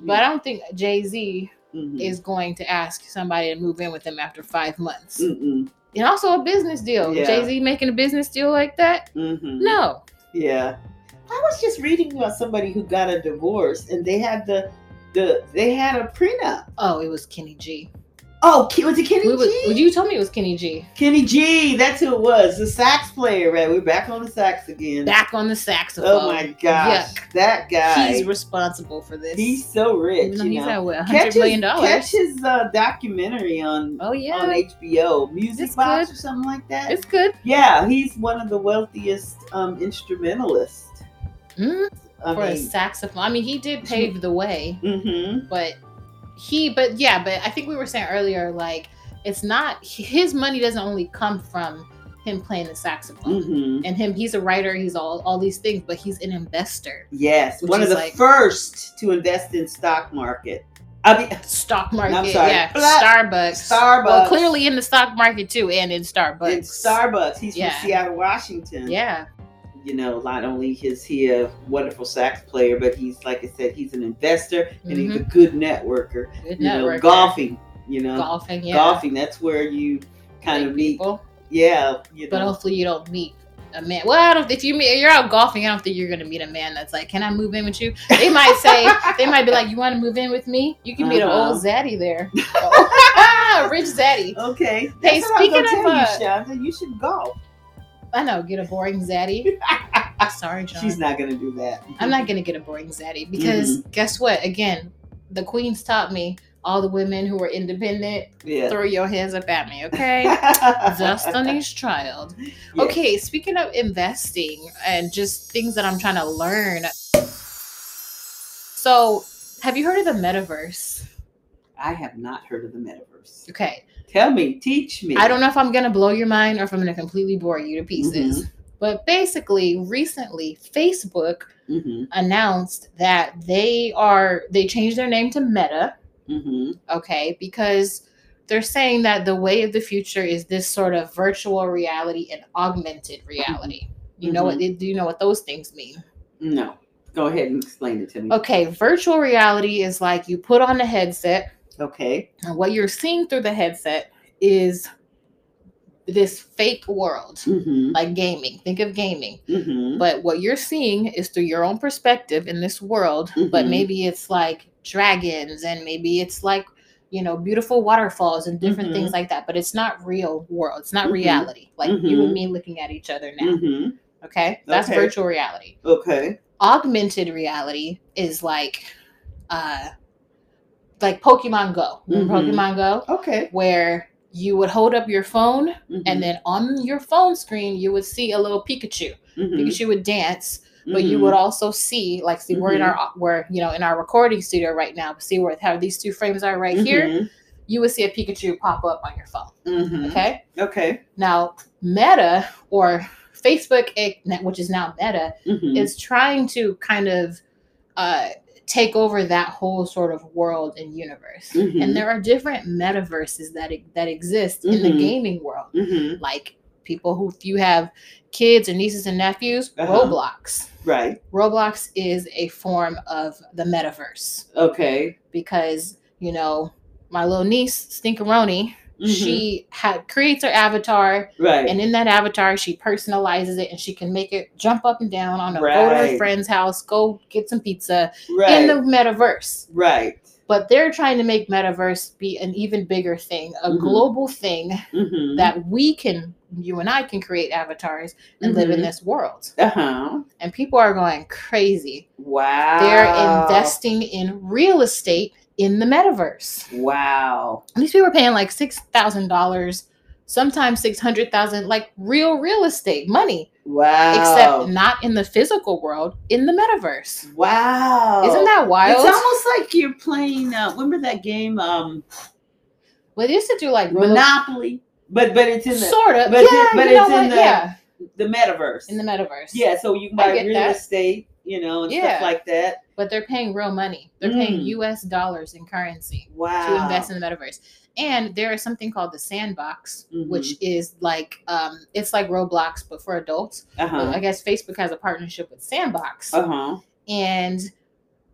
but I don't think Jay Z mm is going to ask somebody to move in with him after five months. Mm-mm. And also a business deal. Mm. Yeah. Jay Z making a business deal like that? Mm-hmm. No. Yeah. I was just reading about somebody who got a divorce and they had the the they had a prenup. Oh, it was Kenny G. Oh, Ke- was it Kenny We was, G? you told me it was Kenny G. Kenny G, that's who it was. The sax player, right? We're back on the sax again. Back on the saxophone. oh my gosh. That guy. He's responsible for this. he's so rich. Even though you he's know? at what, $100 catch million his, catch his uh, documentary on Oh, yeah. on HBO, Music It's Box good. or something like that. it's good. yeah, he's one of the wealthiest um, instrumentalists. Mm, I for a mean, saxophone. I mean, he did pave the way, mhm. but he, but yeah, but I think we were saying earlier, like, it's not, his money doesn't only come from him playing the saxophone. Mhm. And him, he's a writer, he's all, all these things, but he's an investor. Yes, Which one is of the like- first to invest in stock market. I mean, Stock I'm market. sorry. Yeah. Blah. Starbucks. Starbucks. Well, clearly in the stock market too, and in Starbucks. in Starbucks. He's Yeah. from Seattle, Washington. Yeah. You know, not only is he a wonderful sax player, but he's like I said, he's an investor and he's Mm-hmm. a good networker. Good You know, uh, network. golfing. You know, Golfing. Yeah. golfing. That's where you kind Meet of meet. people. Yeah, you But know. hopefully you don't meet a man. Well, I don't. If you meet, you're out golfing, I don't think you're gonna meet a man that's like, "Can I move in with you?" They might say, they might be like, "You want to move in with me? You can meet an Uh-huh. old zaddy there, Ah, rich zaddy." okay. Hey, That's what I was speaking gonna of, uh, tell you, Shonda, you should golf. I know, get a boring zaddy. Sorry, John. She's not gonna do that. I'm not gonna get a boring zaddy because Mm-hmm. guess what? Again, the queens taught me all the women who are independent Yeah. throw your hands up at me, okay? Destiny's Child. Yeah. Okay, speaking of investing and just things that I'm trying to learn. So, have you heard of the metaverse? I have not heard of the metaverse. Okay. Tell me, teach me. I don't know if I'm going to blow your mind or if I'm going to completely bore you to pieces. Mm-hmm. But basically, recently, Facebook hmm announced that they are, they changed their name to Meta, hmm okay, because they're saying that the way of the future is this sort of virtual reality and augmented reality. You know what? Do you know what those things mean? No. Go ahead and explain it to me. Okay, virtual reality is like you put on a headset, Okay. and what you're seeing through the headset is this fake world, hmm like gaming. Think of gaming. hmm But what you're seeing is through your own perspective in this world, but Mhm. maybe it's like dragons and maybe it's like, you know, beautiful waterfalls and different Mhm. things like that. But it's not real world. It's not Mhm. reality. Like you and Mhm. me looking at each other now. hmm Okay? That's Okay. virtual reality. Okay. augmented reality is like uh like Pokemon Go. Remember Mhm. Pokemon Go? Okay. Where you would hold up your phone and Mhm. then on your phone screen you would see a little Pikachu. Mhm. Pikachu would dance, but you Mhm. would also see like see we're in our uh, we're you know in our recording studio right now, but see where how these two frames are mm-hmm, right here, you would see a Pikachu pop up on your phone. Mhm. Okay? Okay. Now Meta or Facebook which is now Meta Mhm. is trying to kind of uh, take over that whole sort of world and universe. Mhm. And there are different metaverses that e- that exist in the Mhm. gaming world, Mhm. like people who, if you have kids or nieces and nephews, Uh-huh. Roblox. Right. Roblox is a form of the metaverse Okay. because you know my little niece Stinkeroni, Mhm. she ha- creates her avatar right. and in that avatar, she personalizes it and she can make it jump up and down on a go to her Right. friend's house, go get some pizza right. in the metaverse. right. But they're trying to make metaverse be an even bigger thing, a Mhm. global thing Mhm. that we can, you and I can create avatars and live in Mhm. this world. Uh-huh. And people are going crazy. Wow. They're Oh. investing in real estate in the metaverse. Wow. And these people are paying like six thousand dollars, sometimes six hundred thousand, like real real estate money. Wow. Oh. except not in the physical world, in the metaverse. wow. Isn't that wild? Oh. It's almost like you're playing. Uh, remember that game, um, well, they used to do like roller- Monopoly, but but it's in the, sort of, but yeah, it- but you know it's in what? the- yeah, the metaverse. in the metaverse. yeah, so you can I buy get real that. estate, you know, and Yeah. stuff like that. but they're paying real money. They're paying Mm. U.S. dollars in currency Wow. to invest in the metaverse. And there is something called the sandbox, Mm-hmm. which is like um, it's like Roblox but for adults. Uh But huh. I guess Facebook has a partnership with Sandbox, Uh huh. and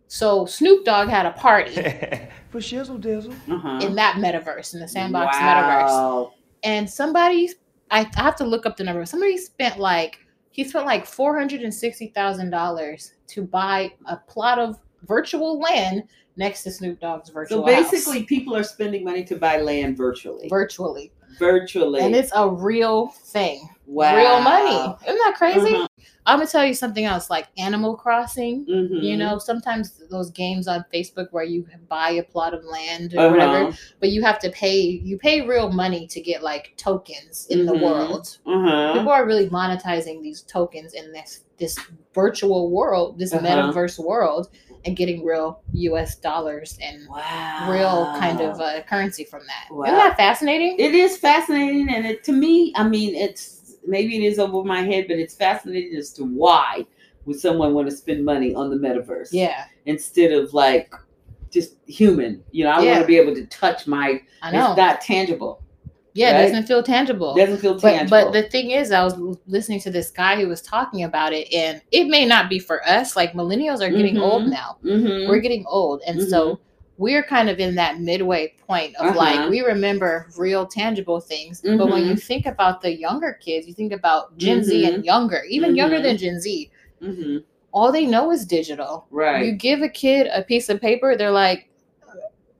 so Snoop Dogg had a party For shizzle dizzle. Uh huh. in that metaverse, in the Sandbox metaverse. wow. and somebody I, I have to look up the number somebody spent like he spent like $460000 to buy a plot of virtual land next to snoop dogg's virtual So house. basically, people are spending money to buy land virtually. virtually virtually. and it's a real thing wow. real money isn't that crazy Uh-huh. i'm gonna tell you something else like animal crossing Mhm. you know sometimes those games on facebook where you buy a plot of land or Uh-huh. whatever but you have to pay you pay real money to get like tokens in the Mhm. world Uh-huh. people are really monetizing these tokens in this this virtual world this Uh-huh. metaverse world and getting real us dollars and Wow. real kind of uh, currency from that Wow. not that fascinating it is fascinating and it to me i mean it's maybe it is over my head but it's fascinating as to why would someone want to spend money on the metaverse yeah instead of like just human. You know, I want Yeah. to be able to touch my. I know. It's not tangible. yeah, right? it doesn't feel tangible. doesn't feel But, tangible. but the thing is, I was l- listening to this guy who was talking about it, and it may not be for us. Like millennials are getting old Mhm. now. Mhm. We're getting old, and so we're kind of in that midway point of Mm-hmm. Uh-huh. like we remember real tangible things, but when Mhm. you think about the younger kids, you think about general Z Mm-hmm. and younger, even younger Mhm. than Gen Z. Mhm. All they know is digital. You right. give a kid a piece of paper, they're like,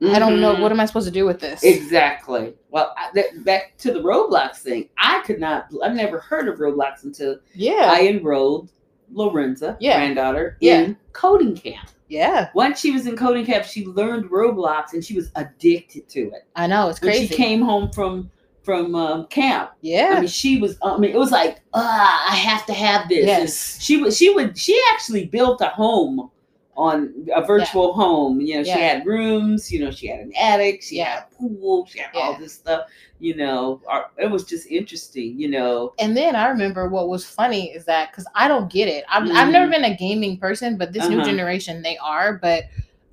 I don't Mm-hmm. know, what am I supposed to do with this? Exactly. Well, I, that, back to the Roblox thing. I could not. I've never heard of Roblox until yeah, I enrolled Lorenza, Yeah. granddaughter, Yeah. in coding camp. yeah, Once she was in coding camp, she learned Roblox and she was addicted to it. I know it's When crazy. she came home from from um, camp, yeah, I mean, she was. I mean, it was like, ah, I have to have this. And yes, she would she would she actually built a home on a virtual home you know Yeah. she had rooms you know she had an attic she Yeah. had a pool she had all Yeah. this stuff you know Our- it was just interesting you know And then I remember what was funny is that because I don't get it. I'm, I've never Mhm. been a gaming person, but this new Uh-huh. generation they are. But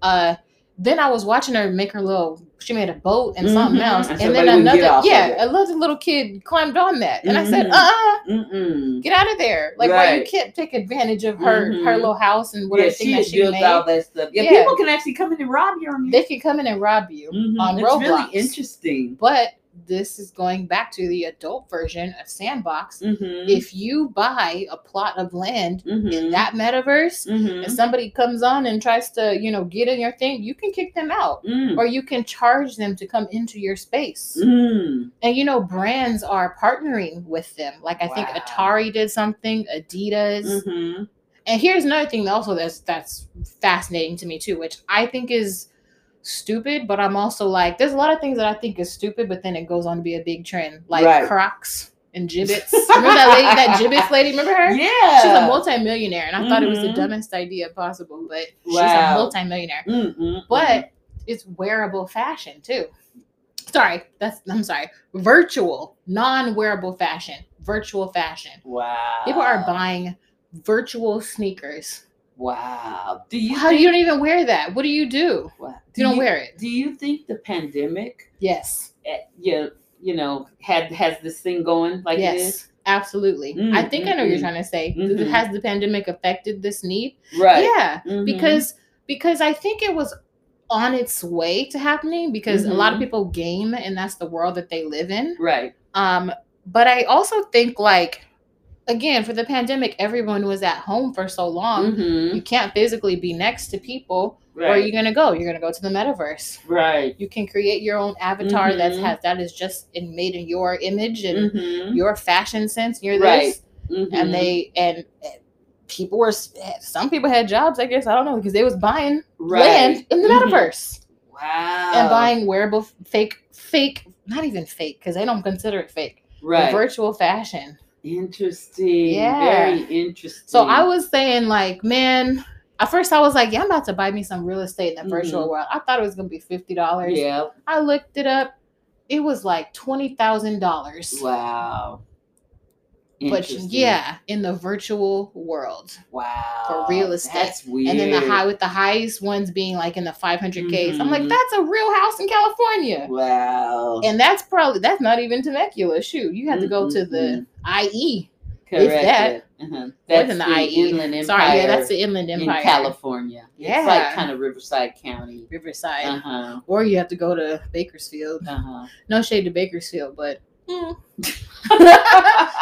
uh, then I was watching her make her little. She made a boat and something Mhm. else, And and, somebody then wouldn't get another. off of Yeah, it. another little kid climbed on that, and I said, Mhm. "Uh, uh mm-mm. get out of there!" Like why you Right. can't take advantage of her Mhm. her little house and yeah, whatever she thing that had she built made. all that stuff yeah, Yeah. people can actually come in and rob you on They can come in and rob you Mhm. on it's Roblox. really interesting But this is going back to the adult version of Sandbox. mm-hmm. If you buy a plot of land in that metaverse, mm-hmm. if somebody comes on and tries to, you know, get in your thing, you can kick them out. Mm. Or you can charge them to come into your space. Mm. And you know, brands are partnering with them. Like I think Wow. Atari did something, Adidas. Mhm. And here's another thing also that's that's fascinating to me too, which I think is stupid, but I'm also like, there's a lot of things that I think is stupid, but then it goes on to be a big trend. Like Right. Crocs and gibbets. Remember that lady, that gibbets lady? Remember her? yeah She's a multimillionaire, and I thought it was the Mhm. dumbest idea possible, but Wow. she's a multimillionaire. Mm-mm. But it's wearable fashion too. Sorry, that's I'm sorry. Virtual, non-wearable fashion, virtual fashion. wow People are buying virtual sneakers. wow do you How you don't even wear that? What do you do? Wow. You don't wear it. Do you think the pandemic, Yes. eh, you you know, had has this thing going like yes. Absolutely. Mm, I think I know what mm, you're trying to say. Mhm. Has the pandemic affected this need? this? Right. Yeah. Mhm. because because I think it was on its way to happening because a Mm-hmm. lot of people game and that's the world that they live in. right. Um, but I also think like again for the pandemic, everyone was at home for so long. Mhm. You can't physically be next to people. Um, Where are Right. you gonna go? You're gonna go to the metaverse. right. You can create your own avatar that Mhm. has that is just in, made in your image and Mhm. your fashion sense. You're Right. this, Mhm. and they and uh, people were s- some people had jobs. I guess I don't know because they was buying right. Oh. land in the Mhm. metaverse Wow. and buying wearable f- fake fake not even fake because they don't consider it fake but right. virtual fashion interesting. Yeah. Very interesting. so i was saying like man at first i was like yeah i'm about to buy me some real estate in the virtual world i thought it was gonna be $50 Mm-hmm. Yeah. i looked it up it was like $20000 Wow. but Interesting. yeah in the virtual world Wow. for real estate. That's weird. and then the high with the highest ones being like in the 500 ks i'm Mhm. like that's a real house in california Wow. and that's probably that's not even Temecula. Shoot, you have to go to the E. IE. Correct. that- Uh-huh. More That's than the, the IE. Inland Empire. Sorry, yeah, that's the Inland Empire. in California. It's like Yeah. kind of Riverside County. Riverside, Uh huh. or you have to go to Bakersfield. Uh No shade to Bakersfield, but huh. hi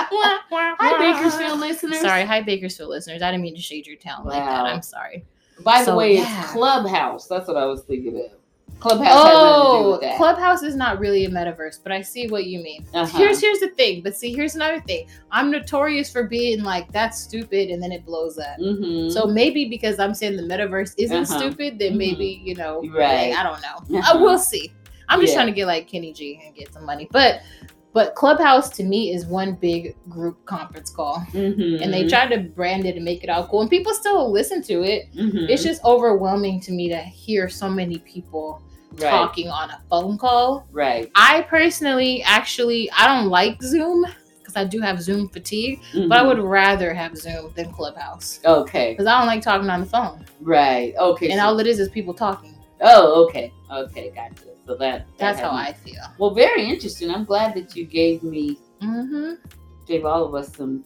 Hmm. Hi, Bakersfield listeners. Sorry, hi Bakersfield listeners. I didn't mean to shade your town like that. Wow. I'm sorry. By the So, way, yeah. it's Clubhouse. That's what I was thinking of. Clubhouse Oh, has nothing to do with that. Clubhouse is not really a metaverse, but I see what you mean. Uh-huh. Here's here's the thing, but see, here's another thing. I'm notorious for being like that's stupid, and then it blows up. Mhm. So maybe because I'm saying the metaverse isn't Uh-huh. stupid, then Mhm. maybe you know, Right. like, I don't know. Uh-huh. I will see. I'm just Yeah. trying to get like Kenny G and get some money, but but Clubhouse to me is one big group conference call, Mhm. and they tried to brand it and make it all cool, and people still listen to it. Mhm. It's just overwhelming to me to hear so many people right. talking on a phone call. Right. I personally actually I don't like Zoom because I do have Zoom fatigue, but I Mhm. would rather have Zoom than Clubhouse Okay. because I don't like talking on the phone Right. Okay. and so- all it is is people talking. Oh, okay. Okay, gotcha. So that, that That's had how me- I feel. Well, very interesting. I'm glad that you gave me hmm gave all of us some,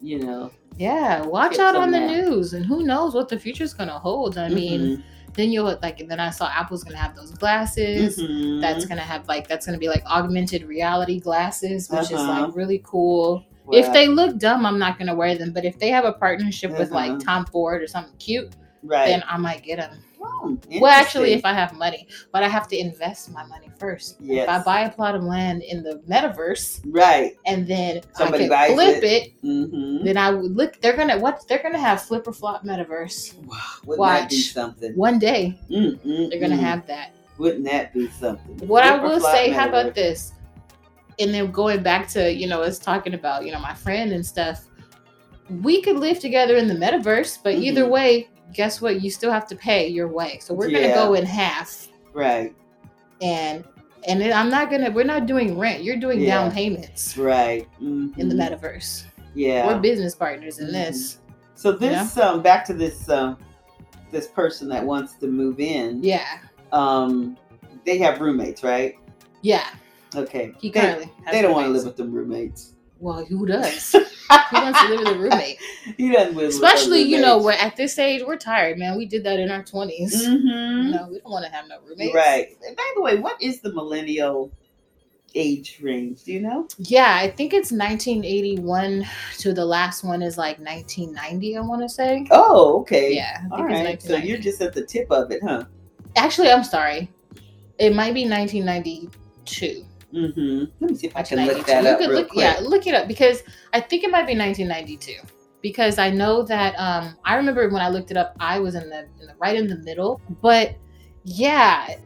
you know. Yeah, watch Tips out on on the that. news, and who knows what the future's gonna hold. I mean, Mm-hmm. then you'll like, and then I saw Apple's gonna have those glasses. Mhm. That's gonna have like that's gonna be like augmented reality glasses, which is Uh-huh. like really cool. Well, If they look dumb, I'm not gonna wear them. But if they have a partnership with like Uh-huh. Tom Ford or something cute, right. then I might get them. Oh, Well, actually, if interesting. I have money, but I have to invest my money first. yes. If I buy a plot of land in the metaverse right. and then Somebody I buys can flip it. it, Mm-hmm. then I would look. They're gonna what? They're gonna have flip or flop metaverse Wow, wouldn't that be Watch. something? one day. Mm-mm-mm. They're gonna have that. Wouldn't that be something? What I Mm. Flip or will flop say, how about matter. this? And then going back to you know us talking about you know my friend and stuff. We could live together in the metaverse, but either Mhm. way, guess what? You still have to pay your way. So we're gonna Yeah. go in half, Right. and and then I'm not gonna. We're not doing rent. You're doing Yeah. down payments Right. in the Mhm. metaverse. Yeah. We're business partners in this. So this um back to this um this person that wants to move in. Yeah, Um they have roommates, right? yeah. Okay. He they, currently has they don't want to roommates. live with them roommates. Well, who does? Who wants to live with a roommate? He doesn't live Especially, with them you know, we're at this age, we're tired, man. We did that in our 20s. hmm No, we don't want to have no roommates. Right. And by the way, what is the millennial age range? Do you know? Yeah, I think it's 1981 to the last one is like 1990, I want to say. Oh, okay. Yeah, I think All right. it's So you're 1990. just at the tip of it, huh? Actually, I'm sorry. It might be 1992. Mm-hmm. Let me see if I can look 1992. that you up could real look, quick. Yeah, look it up because I think it might be 1992. Because I know that um, I remember when I looked it up, I was in the, in the right in the middle. But yeah,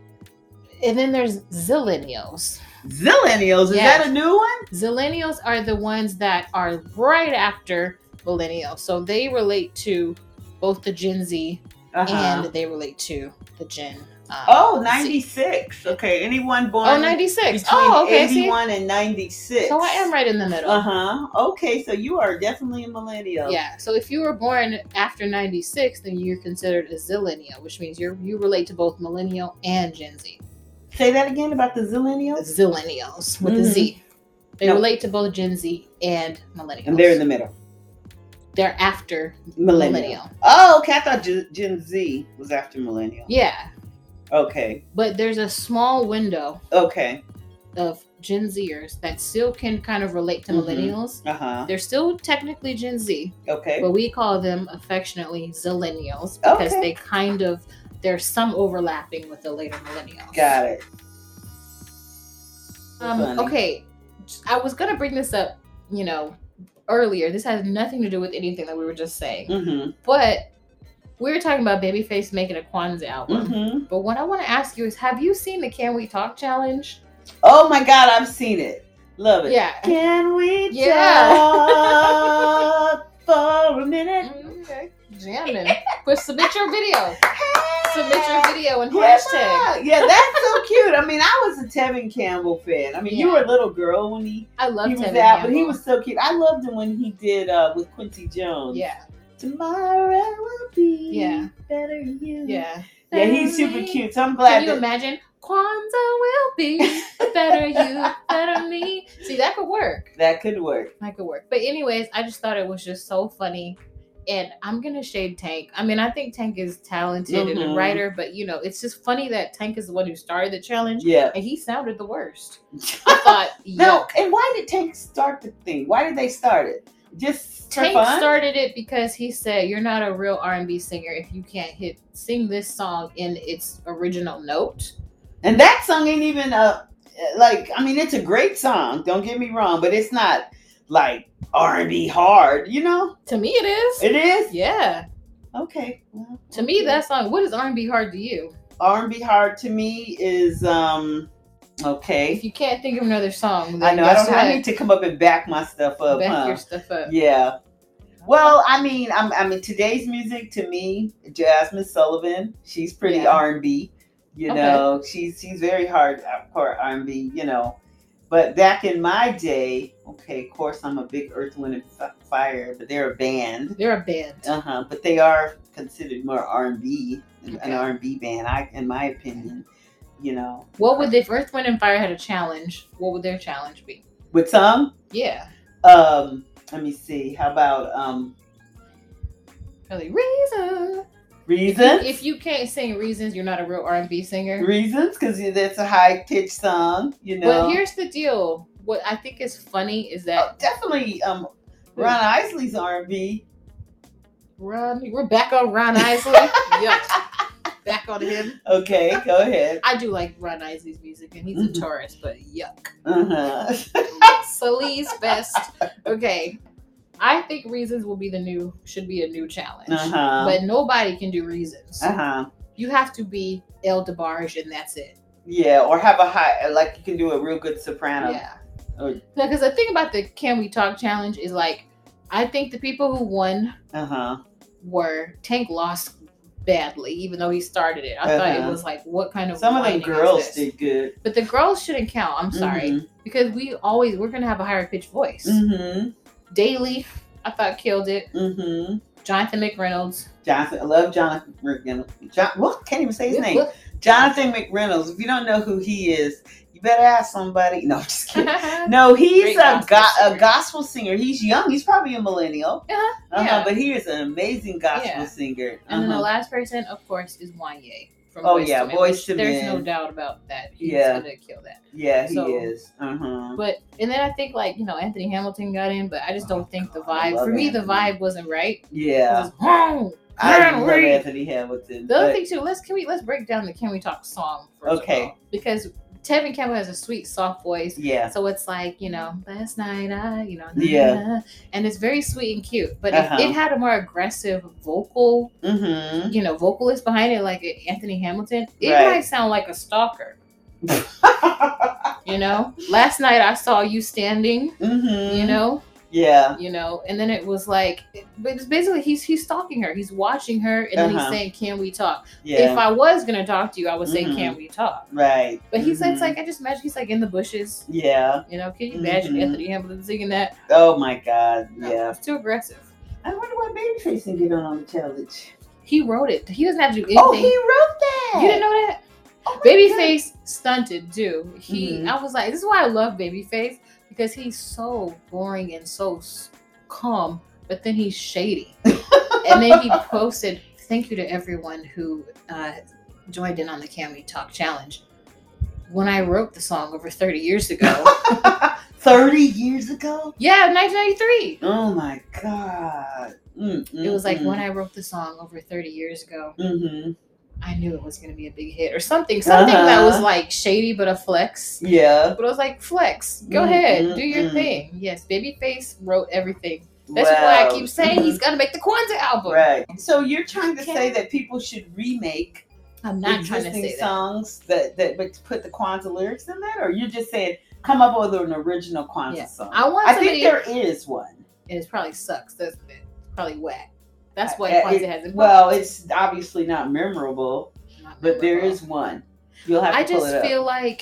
and then there's zillennials. Zillennials. Is Yeah. that a new one? Zillennials are the ones that are right after millennials, so they relate to both the Gen Z Uh-huh. and they relate to the Gen. Um, Oh, Z. 96. Okay. Anyone born Oh, 96. between Oh, okay. see? 81 and 96. So I am right in the middle. Uh huh. Okay. So you are definitely a millennial. Yeah. So if you were born after 96, then you're considered a zillennial, which means you you relate to both millennial and Gen Z. Say that again about the zillennials. Zillennials with the Mhm. Z. They No. relate to both Gen Z and millennials. And they're in the middle. They're after Millennial. millennial. Oh, okay. I thought Gen- Gen Z was after millennial. Yeah. Okay. But there's a small window Okay. of Gen Zers that still can kind of relate to Mhm. millennials. Uh huh. They're still technically Gen Z, Okay. but we call them affectionately zillennials because Okay. they kind of there's some overlapping with the later millennials. Got it. Um, Funny. okay, I was gonna bring this up, you know, earlier. This has nothing to do with anything that we were just saying, Mm but we were talking about Babyface making a Kwanzaa hmm. album. Mm hmm. But what I want to ask you is, have you seen the Can We Talk challenge? Oh my God, I've seen it. Love it. Yeah. Can we Yeah. talk for a minute? Mm, Okay. Jamming. Put submit your video. Submit your video and Yeah, hashtag. Yeah, that's so cute. I mean, I was a Tevin Campbell fan. I mean, you Yeah. were a little girl when he, I love he was Tevin out, but Campbell. he was so cute. I loved him when he did uh, with Quincy Jones. Yeah. Tomorrow will be Yeah. better you. Yeah. Yeah, he's super cute. So I'm Can glad you that imagine? Kwanzaa will be better you, better me. See, that could work. that could work. That could work. But anyways, I just thought it was just so funny. And I'm gonna shade Tank. I mean, I think Tank is talented and a Mhm. writer, but you know, it's just funny that Tank is the one who started the challenge, Yeah. and he sounded the worst. I thought, No, yuck. and why did Tank start the thing? Why did they start it? Just for Tank fun? started it because he said, "You're not a real R&B singer if you can't hit sing this song in its original note." And that song ain't even a like. I mean, it's a great song. Don't get me wrong, but it's not like R and B hard. You know, To me, it is. it is yeah. okay. Well, To me, that song. What is R&B hard to you? R and B hard to me is um If okay. you can't think of another song, then I know I guess don't. I what? need to come up and back my stuff up. back huh? your stuff up. Yeah. Well, I mean, I'm, I mean, today's music to me, Jasmine Sullivan, she's pretty Yeah. R and B. You Okay. know, she's she's very hard hardcore R and B. You know, but back in my day, okay, of course I'm a big Earth, Wind and F- Fire, but they're a band. Uh-huh, They're a band. Uh huh. But they are considered more R and B. Okay. an R and B band. I, in my opinion, you know, What would if Earth, Wind, and Fire had a challenge? What would their challenge be? with some, Yeah, um, let me see. How about um, really reason. reasons? If you can't sing reasons, you're not a real R and B singer. reasons, because that's a high pitched song. You know, But here's the deal. What I think is funny is Oh, that definitely um, Hmm. Ron Isley's R and B. Ron, we're back on Ron Isley. yep, back on him. Okay, go ahead. I do like Ron Isley's music, and he's Mhm. a Taurus, but yuck. Uh-huh. Salise best. Okay, I think reasons will be the new should be a new challenge, Uh-huh. but nobody can do reasons. uh-huh. You have to be El DeBarge, and that's it. Yeah, or have a high like you can do a real good soprano. Yeah. Oh. Because the thing about the Can We Talk challenge is like, I think the people who won Uh-huh. were Tank lost badly, even though he started it. I thought Uh-huh. it was like, what kind of Some of them whining is girls this? did good. but the girls shouldn't count. I'm sorry because we always we're gonna have a higher pitched voice. Mm-hmm. Daily, I thought killed it. Mm-hmm. Jonathan McReynolds, Jonathan, I love Jonathan McReynolds. John, what? Can't even say his name. Whoop, Jonathan McReynolds. If you don't know who he is, you better ask somebody. No, I'm just whoop. kidding. No, he's Great a, gospel go- a singer. gospel singer. He's young. He's probably a millennial. Uh-huh, Uh-huh, yeah. But he is an amazing gospel Yeah. singer. and then the Uh-huh. last person, of course, is Wanye. From Oh, Boyz yeah, II Men, Boyz which II There's Men. no doubt about that. He's Yeah. gonna kill that. Yeah, he so- is. Uh-huh. But and then I think like you know Anthony Hamilton got in, but I just don't think the God, I vibe love for me the Anthony. vibe wasn't right. Yeah. It was just, I "Hmm, love Henry." Anthony Hamilton. The other but- thing too, let's can we let's break down the Can We Talk song first. Okay. Okay. because Tevin Campbell has a sweet soft voice, yeah. so it's like you know last night I you know na, Yeah. na, na," and it's very sweet and cute. But Uh-huh. if it had a more aggressive vocal, Mm-hmm. you know, vocalist behind it like Anthony Hamilton, it Right. might sound like a stalker. You know, last night I saw you standing. mm-hmm. You know, Yeah. you know and then it was like but it's basically he's he's stalking her he's watching her and then Uh-huh. he's saying can we talk Yeah. if i was gonna talk to you i would say Mhm. can we talk right. but he's Mhm. it's like i just imagine he's like in the bushes Yeah. you know can you imagine Mhm. anthony hamilton singing that Oh my God. No, Yeah. it's too aggressive I wonder what Babyface can get on on the challenge. he wrote it he doesn't have to do anything Oh, he wrote that. you didn't know that Oh my babyface stunted too he Mhm. i was like this is why i love babyface because he's so boring and so s- calm but then he's shady God. and then he posted thank you to everyone who uh, joined in on the can we talk challenge when i wrote the song over 30 years ago Thirty years ago. yeah 1993 Oh my God. Mm-hmm. it was like when i wrote the song over 30 years ago Mm-hmm. i knew it was going to be a big hit or something something that was Uh-huh. like shady but a flex Yeah. but I was like, flex, go Mm, ahead, mm, do your mm. thing. Yes, Babyface wrote everything. That's wow. why I keep saying he's gonna make the Kwanzaa album. mm-hmm. Right. So you're trying to Okay. say that people should remake I'm not trying to existing say that. songs that that but to put the Kwanzaa lyrics in that, or you're just saying come up with an original Kwanzaa Yeah. song? I want I somebody. think there is one. and it probably sucks, doesn't it? Probably whack. That's why Uh, Kwanzaa it- has it. Well, it's obviously not memorable, Not but there memorable. is one. You'll have to I pull just it up. feel like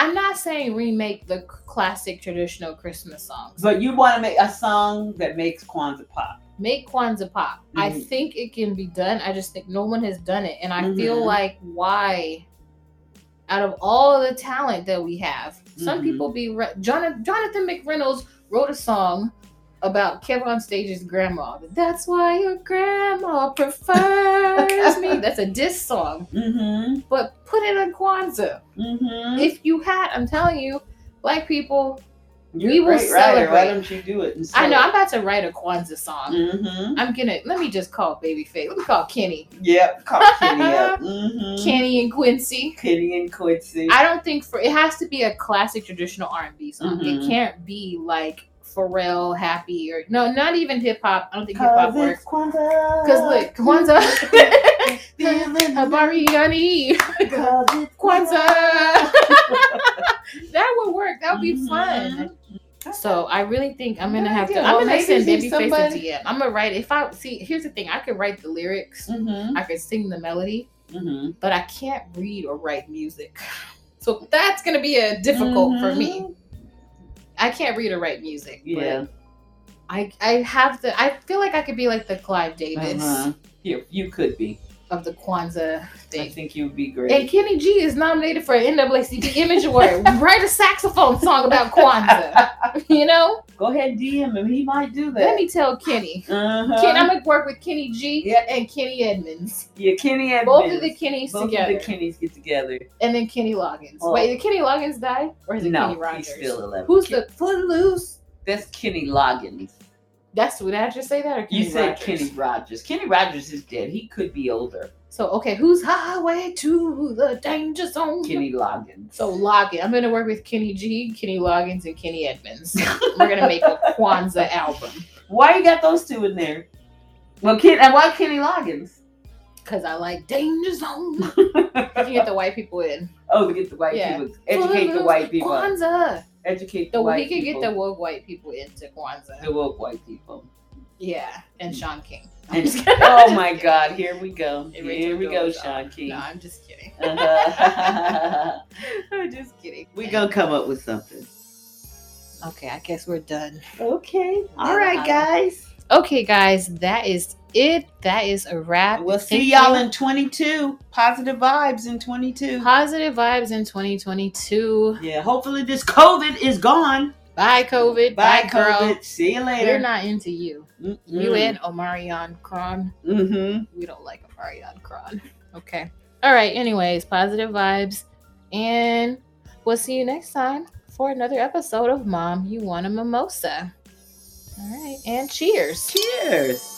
I'm not saying remake the c- classic traditional Christmas songs. but you want to make a song that makes Kwanzaa pop. Make Kwanzaa pop. I Mhm. think it can be done. I just think no one has done it, and I feel Mhm. like why. Out of all the talent that we have, some Mhm. people be re- Jonathan, Jonathan McReynolds wrote a song about Kevin on Stage's grandma. That's why your grandma prefers me. That's a diss song. Mm-hmm. but put it on Kwanzaa. Mm-hmm. If you had, I'm telling you, black people, You're we a will great writer. Why celebrate. don't you do it? I know I'm about to write a Kwanzaa song. Mm-hmm. I'm gonna let me just call Babyface. Let me call Kenny, Yep. Call Kitty up. Mm-hmm. Kenny and Quincy. Kitty and Quincy. I don't think for it has to be a classic traditional R&B song. Mhm. It can't be like Pharrell, Happy, or no, not even hip hop. I don't think hip Cause hop it's works. Kwanzaa. Cause look, Kwanzaa, Feeling Habari Yani, Cause it's Kwanzaa. that would work. That would be fun. So I really think I'm gonna Good have to. idea. I'm Well, gonna maybe send he's Babyface a somebody- DM. I'm gonna write if I see. Here's the thing: I could write the lyrics, Mm-hmm. I could sing the melody, Mm-hmm. but I can't read or write music. So that's gonna be a difficult for me. I can't read or write music. but Mm-hmm. Yeah. I I have the. I feel like I could be like the Clive Davis. Uh-huh. You, you could be. of the Kwanzaa I thing. think you would be great. And Kenny G is nominated for an NAACP Image Award. Write a saxophone song about Kwanzaa. you know? Go ahead, DM him. He might do Let that. me tell Kenny. uh-huh. Ken, I'm gonna work with Kenny G Yeah. and Kenny Edmonds. yeah, Kenny and Both of Vince. the Kennys Both together. of the Kennys get together. and then Kenny Loggins. Oh. Wait, did Kenny Loggins die? Or is it Kenny No, Rogers? he's still eleven. Who's the footloose? That's Kenny Loggins. That's what I just say that or Kenny You said Rogers? Kenny Rogers. Kenny Rogers is dead. He could be older. So okay, who's highway to the danger zone? Kenny Loggins. So Loggins. I'm gonna work with Kenny G, Kenny Loggins, and Kenny Edmonds. We're gonna make a Kwanzaa album. Why you got those two in there? Well, Ken and why Kenny Loggins? Cause I like danger zone. I can get the white people in. Oh, to get the white Yeah. people, educate the white people, Kwanzaa. educate the So white we could people, get the woke white people into Kwanzaa. the woke white people. Yeah, Mm. and Sean King. I'm And- just kidding. oh my God! Here we go. It raised Here my we go, goals Sean up. King. No, I'm just kidding. Uh-huh. I'm just kidding. we gonna come up with something. Okay, I guess we're done. Okay. All Uh-huh. right, guys. Okay, guys, that is it. That is a wrap. We'll see Thank y'all you. in 22. Positive vibes in 22. positive vibes in 2022. Yeah, hopefully this COVID is gone. Bye, COVID. Bye, Bye, COVID. girl. See you We're later. Mm. not into you. Mm-mm. You and Omarion Kron. Mm-hmm. We don't like Omarion Kron. Okay. All right. Anyways, positive vibes, and we'll see you next time for another episode of Mom, You Want a Mimosa. All right, and cheers. Cheers.